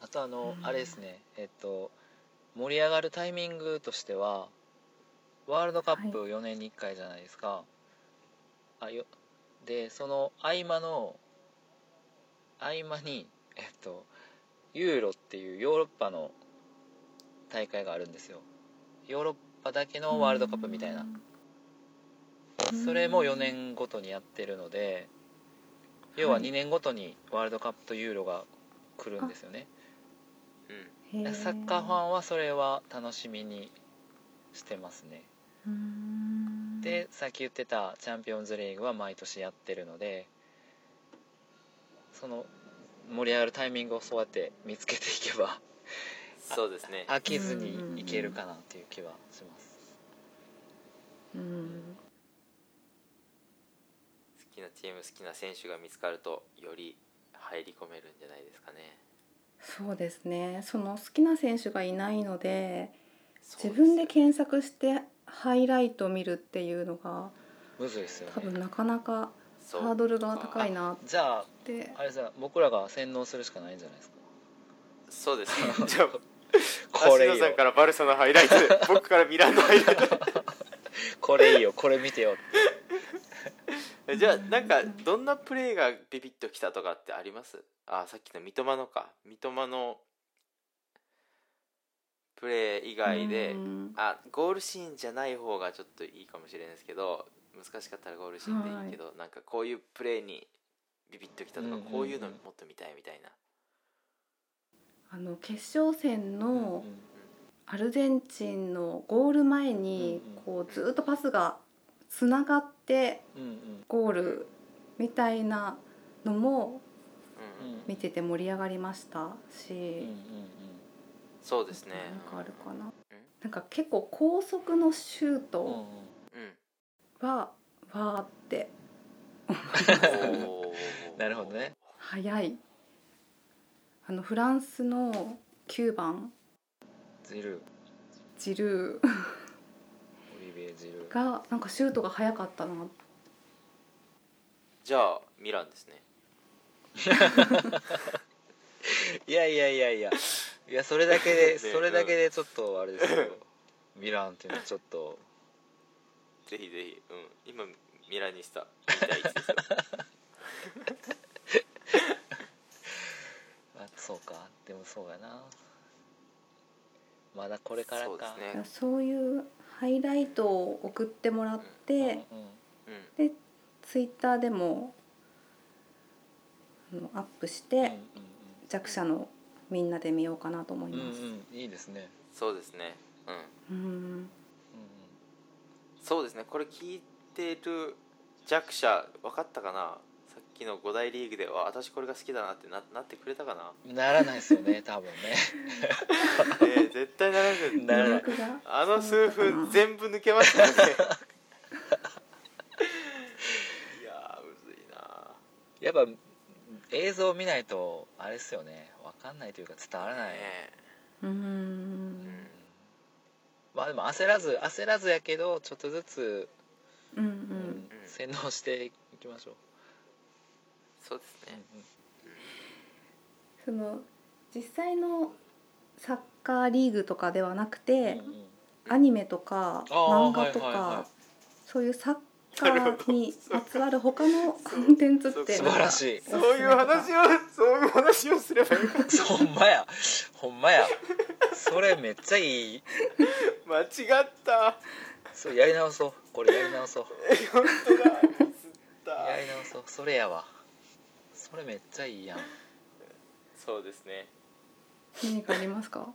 [SPEAKER 2] あとあの、
[SPEAKER 4] うん
[SPEAKER 2] あれですねえっと盛り上がるタイミングとしてはワールドカップ4年に1回じゃないですか、あよでその合間の合間にえっとユーロっていうヨーロッパの大会があるんですよヨーロッパだけのワールドカップみたいな、
[SPEAKER 4] うん
[SPEAKER 2] それも4年ごとにやってるので要は2年ごとにワールドカップとユーロが来るんですよね、
[SPEAKER 3] うん
[SPEAKER 4] へー
[SPEAKER 2] サッカーファンはそれは楽しみにしてますね、
[SPEAKER 4] うーん
[SPEAKER 2] でさっき言ってたチャンピオンズリーグは毎年やってるのでその盛り上がるタイミングをそうやって見つけていけ ば
[SPEAKER 3] そうですね
[SPEAKER 2] 飽きずにいけるかなっていう気はします、
[SPEAKER 4] うん
[SPEAKER 3] 好きなチーム好きな選手が見つかるとより入り込めるんじゃないですかね
[SPEAKER 4] そうですねその好きな選手がいないので
[SPEAKER 3] そう
[SPEAKER 4] 自
[SPEAKER 3] すよ
[SPEAKER 4] 分で検索してハイライトを見るっていうのが
[SPEAKER 2] むずいですよ
[SPEAKER 4] 多分
[SPEAKER 2] ね
[SPEAKER 4] なかなか
[SPEAKER 3] そう
[SPEAKER 4] ハードルが高いなっ
[SPEAKER 2] じゃあ
[SPEAKER 4] て
[SPEAKER 2] あれさ僕らが洗脳するしかないんじゃないですか
[SPEAKER 3] そうですねじゃあ
[SPEAKER 2] これい
[SPEAKER 3] 芦野
[SPEAKER 2] い
[SPEAKER 3] さ
[SPEAKER 2] よ
[SPEAKER 3] んからバルサのハイライト僕からミランのハイライ
[SPEAKER 2] これいいよこれ見て よ
[SPEAKER 3] トじゃあなんかどんなプレーがビビッときたとかってありますあさっきの三笘のか三笘のプレー以外で
[SPEAKER 4] うん
[SPEAKER 3] あゴールシーンじゃない方がちょっといいかもしれないですけど難しかったらゴールシーンでいいけど、なんかこういうプレーにビビッときたとか、
[SPEAKER 2] うんうんうん
[SPEAKER 3] こういうのもっと見たいみたいな
[SPEAKER 4] あの決勝戦の
[SPEAKER 2] うん
[SPEAKER 4] アルゼンチンのゴール前に
[SPEAKER 2] うんうん
[SPEAKER 4] こうずっとパスがつながって
[SPEAKER 2] うんうん
[SPEAKER 4] ゴールみたいなのも
[SPEAKER 3] うん、うん、
[SPEAKER 4] 見てて盛り上がりました
[SPEAKER 2] うんうん
[SPEAKER 4] し、
[SPEAKER 3] そうですね
[SPEAKER 4] なんかあるかな
[SPEAKER 3] うん。
[SPEAKER 4] なんか結構高速のシュ
[SPEAKER 2] うん
[SPEAKER 4] ー
[SPEAKER 2] うん
[SPEAKER 4] ト
[SPEAKER 3] うん
[SPEAKER 4] はわーって
[SPEAKER 3] お ー
[SPEAKER 2] なるほどね
[SPEAKER 4] 速い。あのフランスの9番
[SPEAKER 2] ジルー
[SPEAKER 4] ジルー
[SPEAKER 2] オリビエ・ジルー
[SPEAKER 4] がなんかシュートが速かったな。
[SPEAKER 3] じゃあミランですね
[SPEAKER 2] いやいやいやいやいやそれだけで
[SPEAKER 3] ね
[SPEAKER 2] それだけでちょっとあれですよミランっていうのはちょっと
[SPEAKER 3] ぜひぜひ、うん、今ミラニスタ見たいですよ
[SPEAKER 2] あそうかでもそうやなま だこれからか
[SPEAKER 3] そうですね
[SPEAKER 4] そういうハイライトを送ってもらって、
[SPEAKER 2] うんうん
[SPEAKER 3] うん
[SPEAKER 4] ツイッターでもあのアップして、弱者のみんなで見ようかなと思い
[SPEAKER 2] うんうんうん
[SPEAKER 4] ます。
[SPEAKER 2] うんうんいいですね
[SPEAKER 3] そうですねうん
[SPEAKER 4] うん
[SPEAKER 2] う
[SPEAKER 3] そうですねこれ聞いてる弱者分かったかなさっきの5大リーグでは私これが好きだなってななってくれたかな、
[SPEAKER 2] んうんならないですよ ね多分ね
[SPEAKER 3] ねえ絶対ならず
[SPEAKER 2] ならない
[SPEAKER 4] 魅力が
[SPEAKER 3] あの数分全
[SPEAKER 4] 伝
[SPEAKER 3] 部抜けましたねいやーむずいな
[SPEAKER 2] やっぱ映像を見ないとあれですよねわかんないというか伝わらない、
[SPEAKER 3] ねえ
[SPEAKER 4] う
[SPEAKER 3] うんん
[SPEAKER 2] まあでも焦らず焦らずやけどちょっとずつ、
[SPEAKER 4] うんう
[SPEAKER 2] うん
[SPEAKER 4] ん
[SPEAKER 2] 洗脳していきましょう、
[SPEAKER 3] そうですね
[SPEAKER 4] その実際のサッカーリーグとかではなくて、
[SPEAKER 2] うんうん
[SPEAKER 4] アニメとか
[SPEAKER 2] あー
[SPEAKER 4] 漫画とか、
[SPEAKER 2] はいはいはい
[SPEAKER 4] そういうサッカーにまつわる他の コ
[SPEAKER 3] う
[SPEAKER 4] ンテンツって
[SPEAKER 3] 素晴
[SPEAKER 2] 素晴
[SPEAKER 3] ら
[SPEAKER 2] ら
[SPEAKER 3] し
[SPEAKER 2] しい
[SPEAKER 3] そういう話をそういう話をすればよかっ
[SPEAKER 2] ほんまやほんまやそれめっちゃいい
[SPEAKER 3] た間違った
[SPEAKER 2] それやり直そうこれやり直そう
[SPEAKER 3] 本当だミスった
[SPEAKER 2] やり直そうそれやわそれめっちゃいいやん
[SPEAKER 3] そうですね
[SPEAKER 4] 何かありますか？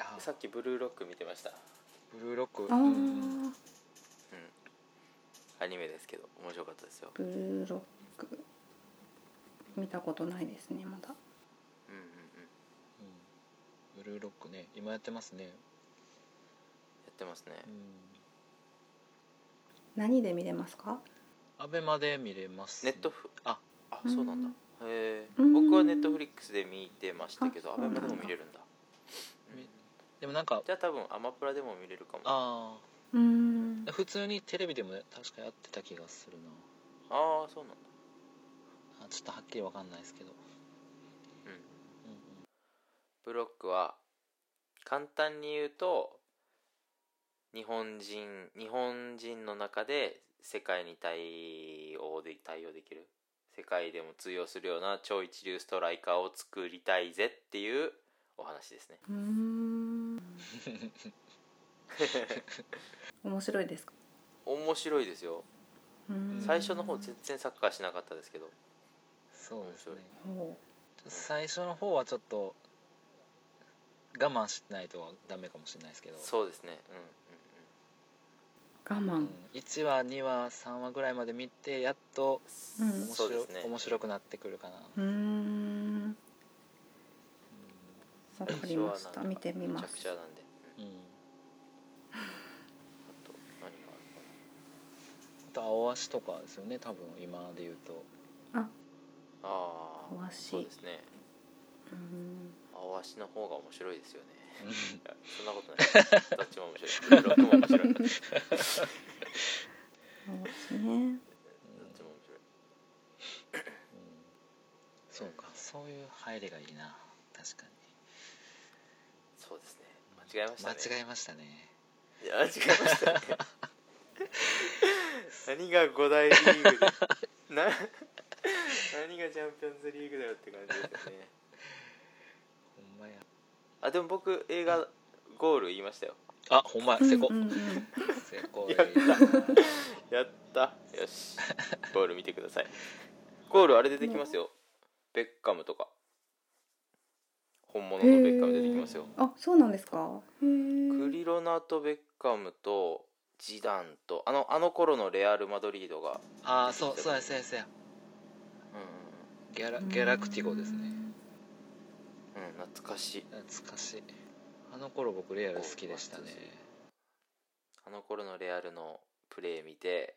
[SPEAKER 2] あ
[SPEAKER 3] さっきブルーロック見てました
[SPEAKER 2] ブルーロック
[SPEAKER 4] ああ、
[SPEAKER 2] うん
[SPEAKER 3] アニメですけど面白かったですよ、
[SPEAKER 4] ブルーロック見たことないですねまだ。
[SPEAKER 3] うんうんうん、や
[SPEAKER 2] ブルーロックね今やってますね、
[SPEAKER 3] ってますね
[SPEAKER 2] うん、
[SPEAKER 4] 何で見れますか？
[SPEAKER 2] アベマで見れます、
[SPEAKER 3] ネットフ
[SPEAKER 2] あ
[SPEAKER 3] あそうなんだ
[SPEAKER 4] うん
[SPEAKER 3] へえ
[SPEAKER 4] うん
[SPEAKER 3] 僕はネットフリックスで見てましたけど
[SPEAKER 4] あ
[SPEAKER 3] ア
[SPEAKER 4] そう
[SPEAKER 3] ベ
[SPEAKER 4] な
[SPEAKER 3] マ
[SPEAKER 4] んだ
[SPEAKER 3] でも見れるんだ
[SPEAKER 2] みでもなんか
[SPEAKER 3] じゃあ多分アマプラでも見れるかもあ
[SPEAKER 2] あ
[SPEAKER 4] うん
[SPEAKER 2] あ普通にテレビでもね確かやってた気がするな
[SPEAKER 3] あーそうなんだ
[SPEAKER 2] あちょっとはっきりわかんないですけど、
[SPEAKER 3] うん
[SPEAKER 2] うんうん
[SPEAKER 3] ブロックは簡単に言うと日本人日本人の中で世界に対応で対応できる世界でも通用するような超一流ストライカーを作りたいぜっていうお話ですね
[SPEAKER 4] うん面白いですか
[SPEAKER 3] 面白いですよ
[SPEAKER 4] うん
[SPEAKER 3] 最初の方全然サッカーしなかったですけど
[SPEAKER 2] そうですね
[SPEAKER 3] 面白い
[SPEAKER 4] ほ
[SPEAKER 2] 最初の方はちょっと我慢しないとダメかもしれないですけど
[SPEAKER 3] そうですね
[SPEAKER 4] う我慢
[SPEAKER 2] うん、1話2話3話ぐらいまで見てやっと
[SPEAKER 3] うんうん
[SPEAKER 4] うん
[SPEAKER 2] 面
[SPEAKER 3] そうで
[SPEAKER 2] 白,、
[SPEAKER 3] すね
[SPEAKER 2] 面白くなってくるかな、
[SPEAKER 4] うんわかりまし
[SPEAKER 3] 最初はなんか
[SPEAKER 4] た見てみ
[SPEAKER 3] め
[SPEAKER 4] ま
[SPEAKER 3] ちゃくちゃ
[SPEAKER 4] す
[SPEAKER 3] なんで、うん
[SPEAKER 2] うん、
[SPEAKER 3] あと何があるかな
[SPEAKER 2] あと青足とかですよね多分今で言うと
[SPEAKER 3] あ
[SPEAKER 4] お
[SPEAKER 3] あ
[SPEAKER 4] わ
[SPEAKER 3] そう
[SPEAKER 4] し
[SPEAKER 3] ですね
[SPEAKER 4] うん
[SPEAKER 3] 青足の方が面白いですよねいやそんなこと ないどっちも面白いブロックも面白いどっ
[SPEAKER 4] そうですね
[SPEAKER 3] ちも面白い
[SPEAKER 2] うんそうかそういう入りがいいな確か
[SPEAKER 3] そうですね間違えま
[SPEAKER 2] に
[SPEAKER 3] したね
[SPEAKER 2] 間違えましたね
[SPEAKER 3] いや間違えましたね 何が五大リーグでな何がチャンピオンズリーグだよって感じですね
[SPEAKER 2] ほんまや
[SPEAKER 3] あでも僕映画ゴール言いましたよ
[SPEAKER 2] あほんまやせこ
[SPEAKER 4] うんうんうん
[SPEAKER 2] せこい
[SPEAKER 3] ややったよしゴール見てくださいゴールあれ出てきますよベッカムとか本物のベッカム出てきますよ
[SPEAKER 4] あ、そうなんですか。へ
[SPEAKER 3] ク
[SPEAKER 4] え。
[SPEAKER 3] リロナとベッカムとジダンとあのあの頃のレアル・マドリードが、
[SPEAKER 2] ああそうそうやそうやそうやギャラギャラクティゴですね
[SPEAKER 3] うんうん、懐かしい
[SPEAKER 2] 懐かしいあの頃僕レアル好きでしたね
[SPEAKER 3] あの頃のレアルのプレー見て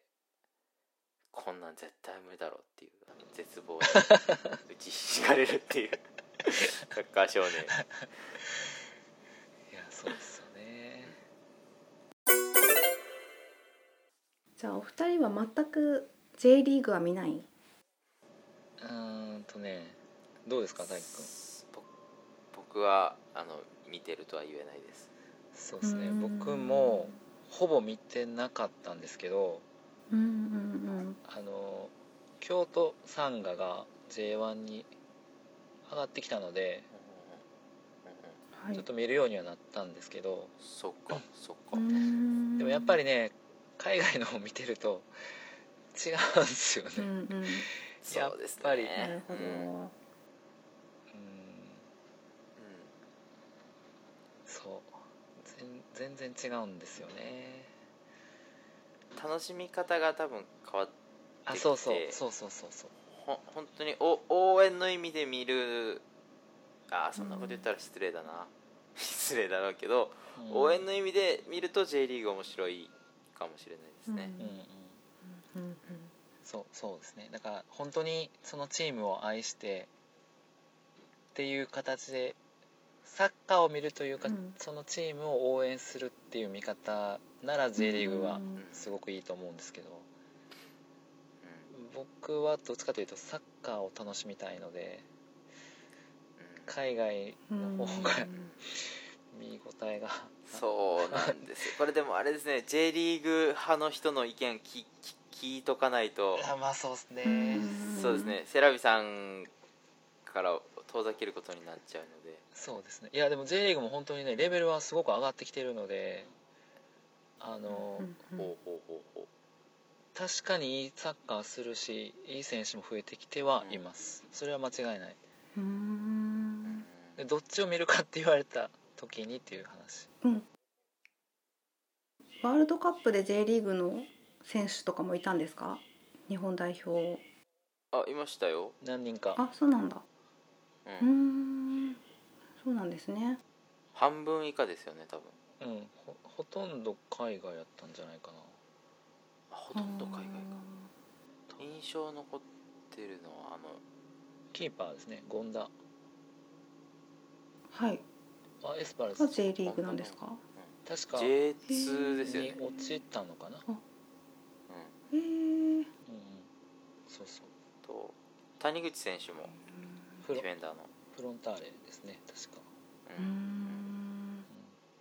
[SPEAKER 3] こんなん絶対無理だろうっていうあの絶 望に打ちひしがれるっていうサッカー少年
[SPEAKER 2] いやそうですよね
[SPEAKER 4] じゃあお二人は全く J リーグは見ない。
[SPEAKER 2] うーんとねどうですか大輝くん
[SPEAKER 3] ぼ僕はあの見てるとは言えないです
[SPEAKER 2] そうですね
[SPEAKER 4] うーん
[SPEAKER 2] 僕もほぼ見てなかったんですけど
[SPEAKER 4] うんうん
[SPEAKER 2] あの京都サンガが J1 に上がってきたので
[SPEAKER 4] うん。はい。
[SPEAKER 2] ちょっと見るようにはなったんですけど
[SPEAKER 3] そっかそっか、
[SPEAKER 4] うーん。
[SPEAKER 2] でもやっぱりね海外のを見てると違うんですよね
[SPEAKER 4] うんうん。
[SPEAKER 3] そうですね
[SPEAKER 2] やっぱり
[SPEAKER 4] なるほ
[SPEAKER 3] うん
[SPEAKER 4] ど。
[SPEAKER 2] うんそう全全然違うんですよね
[SPEAKER 3] うん楽しみ方が多分変わっ
[SPEAKER 2] あ
[SPEAKER 3] できて
[SPEAKER 2] そうそうそうそうそうそう
[SPEAKER 3] ほ本当にお応援の意味で見るあーそんなこと言ったら失礼だな、失礼だろうけど、
[SPEAKER 2] うん
[SPEAKER 3] 応援の意味で見ると J リーグ面白いかもしれないですね、
[SPEAKER 2] うんうん
[SPEAKER 4] うんうん
[SPEAKER 2] そうそうですねだから本当にそのチームを愛してっていう形でサッカーを見るというか、
[SPEAKER 4] うん
[SPEAKER 2] そのチームを応援するっていう見方なら J リーグは
[SPEAKER 4] うん
[SPEAKER 2] すごくいいと思うんですけど
[SPEAKER 3] う
[SPEAKER 2] 僕はどっちかというとサッカーを楽しみたいので
[SPEAKER 3] んうん
[SPEAKER 2] 海外の方が
[SPEAKER 4] うん
[SPEAKER 2] 見応えが
[SPEAKER 3] そうなんですよこれでもあれですね J リーグ派の人の意見きき聞いとかないと
[SPEAKER 2] あまあそうですね、
[SPEAKER 4] うん
[SPEAKER 3] そうですねセラビさんから遠ざけることになっちゃうので
[SPEAKER 2] そうですねいやでも J リーグも本当にねレベルはすごく上がってきてるのであの、
[SPEAKER 4] うんうん
[SPEAKER 3] ほうほうほうほ
[SPEAKER 2] 確かにいいサッカーするしいい選手も増えてきてはいます、それは間違いないう
[SPEAKER 3] う、
[SPEAKER 4] ーん。
[SPEAKER 2] でどっちを見るかって言われた時にっていう話
[SPEAKER 4] うん。ワールドカップで J リーグの選手とかもいたんですか。日本代表。
[SPEAKER 3] あいましたよ、
[SPEAKER 2] 何人か
[SPEAKER 4] あ、そうなんだ。
[SPEAKER 3] うん
[SPEAKER 4] うーん。そうなんですね。
[SPEAKER 3] 半分以下ですよね多分
[SPEAKER 2] うんほほとんど海外やったんじゃないかな
[SPEAKER 3] あほとんど海外か
[SPEAKER 4] あ
[SPEAKER 3] 印象残ってるのはあの
[SPEAKER 2] キーパーですね権田
[SPEAKER 4] ーはい。
[SPEAKER 2] あエスパルス
[SPEAKER 4] が J リーグなんですか
[SPEAKER 2] 確か
[SPEAKER 3] J2 ですよ
[SPEAKER 2] に
[SPEAKER 3] ね、
[SPEAKER 2] 落ちたのかな、
[SPEAKER 3] うん、
[SPEAKER 4] へ
[SPEAKER 2] う
[SPEAKER 4] え
[SPEAKER 2] んうん、そうそう
[SPEAKER 3] と谷口選手も
[SPEAKER 2] フ
[SPEAKER 3] デ
[SPEAKER 2] ロ
[SPEAKER 3] ィフェンダーの、
[SPEAKER 2] フロンターレですね確か、
[SPEAKER 4] う
[SPEAKER 3] うんん、
[SPEAKER 2] うん、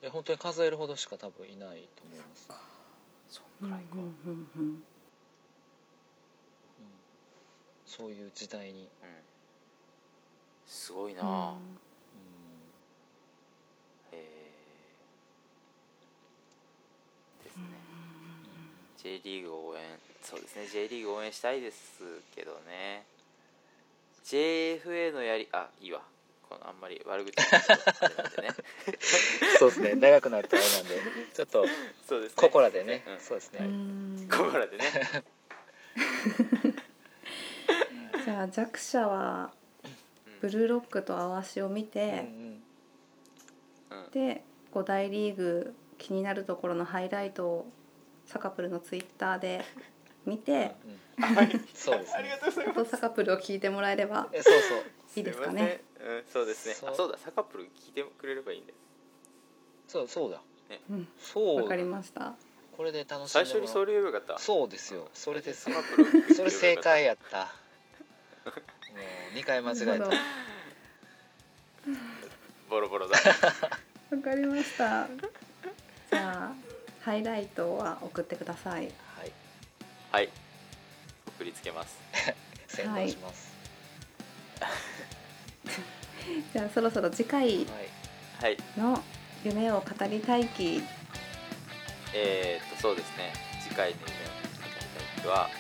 [SPEAKER 2] で本当に数えるほどしか多分いないと思います、
[SPEAKER 3] そ
[SPEAKER 4] うんん
[SPEAKER 3] くらいか、うん
[SPEAKER 4] うんう
[SPEAKER 2] う
[SPEAKER 4] ん
[SPEAKER 2] ん、そういう時代に、
[SPEAKER 3] すごいな
[SPEAKER 4] うん
[SPEAKER 3] あ、へ
[SPEAKER 2] う
[SPEAKER 3] えですね J リーグ応援そうですね J リーグ応援したいですけどね JFA のやりあいいわこのあんまり悪口言うことあれ なんでね
[SPEAKER 2] ん、そうですね長くなったあれなんでちょっと
[SPEAKER 3] そうですね
[SPEAKER 2] ここらでね、
[SPEAKER 3] うん
[SPEAKER 2] そうですね、
[SPEAKER 4] うん
[SPEAKER 3] ここらでね
[SPEAKER 4] じゃあ弱者は
[SPEAKER 3] うん
[SPEAKER 4] ブルーロックとアワシを見
[SPEAKER 2] うんう
[SPEAKER 4] て、
[SPEAKER 2] ん
[SPEAKER 3] うん
[SPEAKER 4] で5大リーグ気になるところのハイライトをサカプルのツイッターで見て、
[SPEAKER 2] うん、そうです
[SPEAKER 3] ありが
[SPEAKER 2] ね
[SPEAKER 3] とうございま
[SPEAKER 4] あとサカプルを聞いてもらえれば
[SPEAKER 2] えそうそう
[SPEAKER 3] す
[SPEAKER 4] いい ですか
[SPEAKER 3] ませ
[SPEAKER 4] ね。
[SPEAKER 3] んうんそうですねあ
[SPEAKER 2] そ
[SPEAKER 3] そううだサカップル聞いてくれればいいんで
[SPEAKER 2] そうそうだ
[SPEAKER 4] うん、
[SPEAKER 2] そ
[SPEAKER 4] わ
[SPEAKER 2] う
[SPEAKER 4] かりました。
[SPEAKER 2] これで楽しん
[SPEAKER 3] 最
[SPEAKER 2] で
[SPEAKER 3] 初
[SPEAKER 2] も
[SPEAKER 3] に
[SPEAKER 2] ら
[SPEAKER 3] そ
[SPEAKER 2] おう
[SPEAKER 3] れ言えばよかった
[SPEAKER 2] そうですよそれです
[SPEAKER 3] サカ
[SPEAKER 2] よ
[SPEAKER 3] ップル聞いて
[SPEAKER 2] そ
[SPEAKER 3] くれ
[SPEAKER 2] れ正
[SPEAKER 3] ばよかった
[SPEAKER 2] 解やった もう2回間違
[SPEAKER 4] な
[SPEAKER 2] え
[SPEAKER 4] る
[SPEAKER 2] た
[SPEAKER 4] ほ
[SPEAKER 3] ボロボロだ
[SPEAKER 4] どわかりました。じゃあハイライトは送ってください。
[SPEAKER 2] はい
[SPEAKER 3] はい送りつけます
[SPEAKER 2] 先導します
[SPEAKER 4] じゃあそろそろ次回
[SPEAKER 2] はい、
[SPEAKER 3] はい
[SPEAKER 4] の夢を語りたい期
[SPEAKER 3] えー、っとそうですね次回のイベントの方は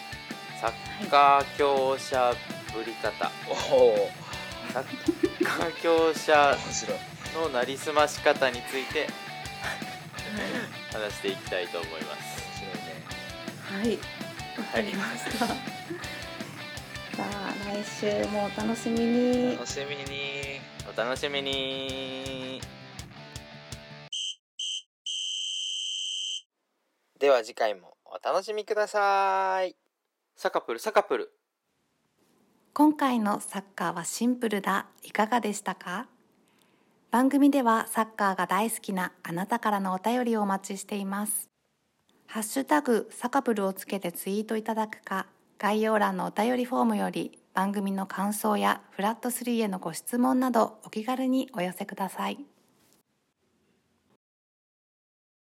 [SPEAKER 3] サッカー強者ぶり方
[SPEAKER 2] おお面
[SPEAKER 3] サッカー強者
[SPEAKER 2] 白い
[SPEAKER 3] のなりすまし方について話していきたいと思います
[SPEAKER 2] 面白いね
[SPEAKER 4] はい、わかりました。 さあ、来週もお楽しみに。
[SPEAKER 2] 楽しみに
[SPEAKER 3] お楽しみにでは次回もお楽しみくださいサカプルサカプル
[SPEAKER 5] 今回のサッカーはシンプルだいかがでしたか番組ではサッカーが大好きなあなたからのお便りをお待ちしていますハッシュタグサカプルをつけてツイートいただくか概要欄のお便りフォームより番組の感想やフラット3へのご質問などお気軽にお寄せください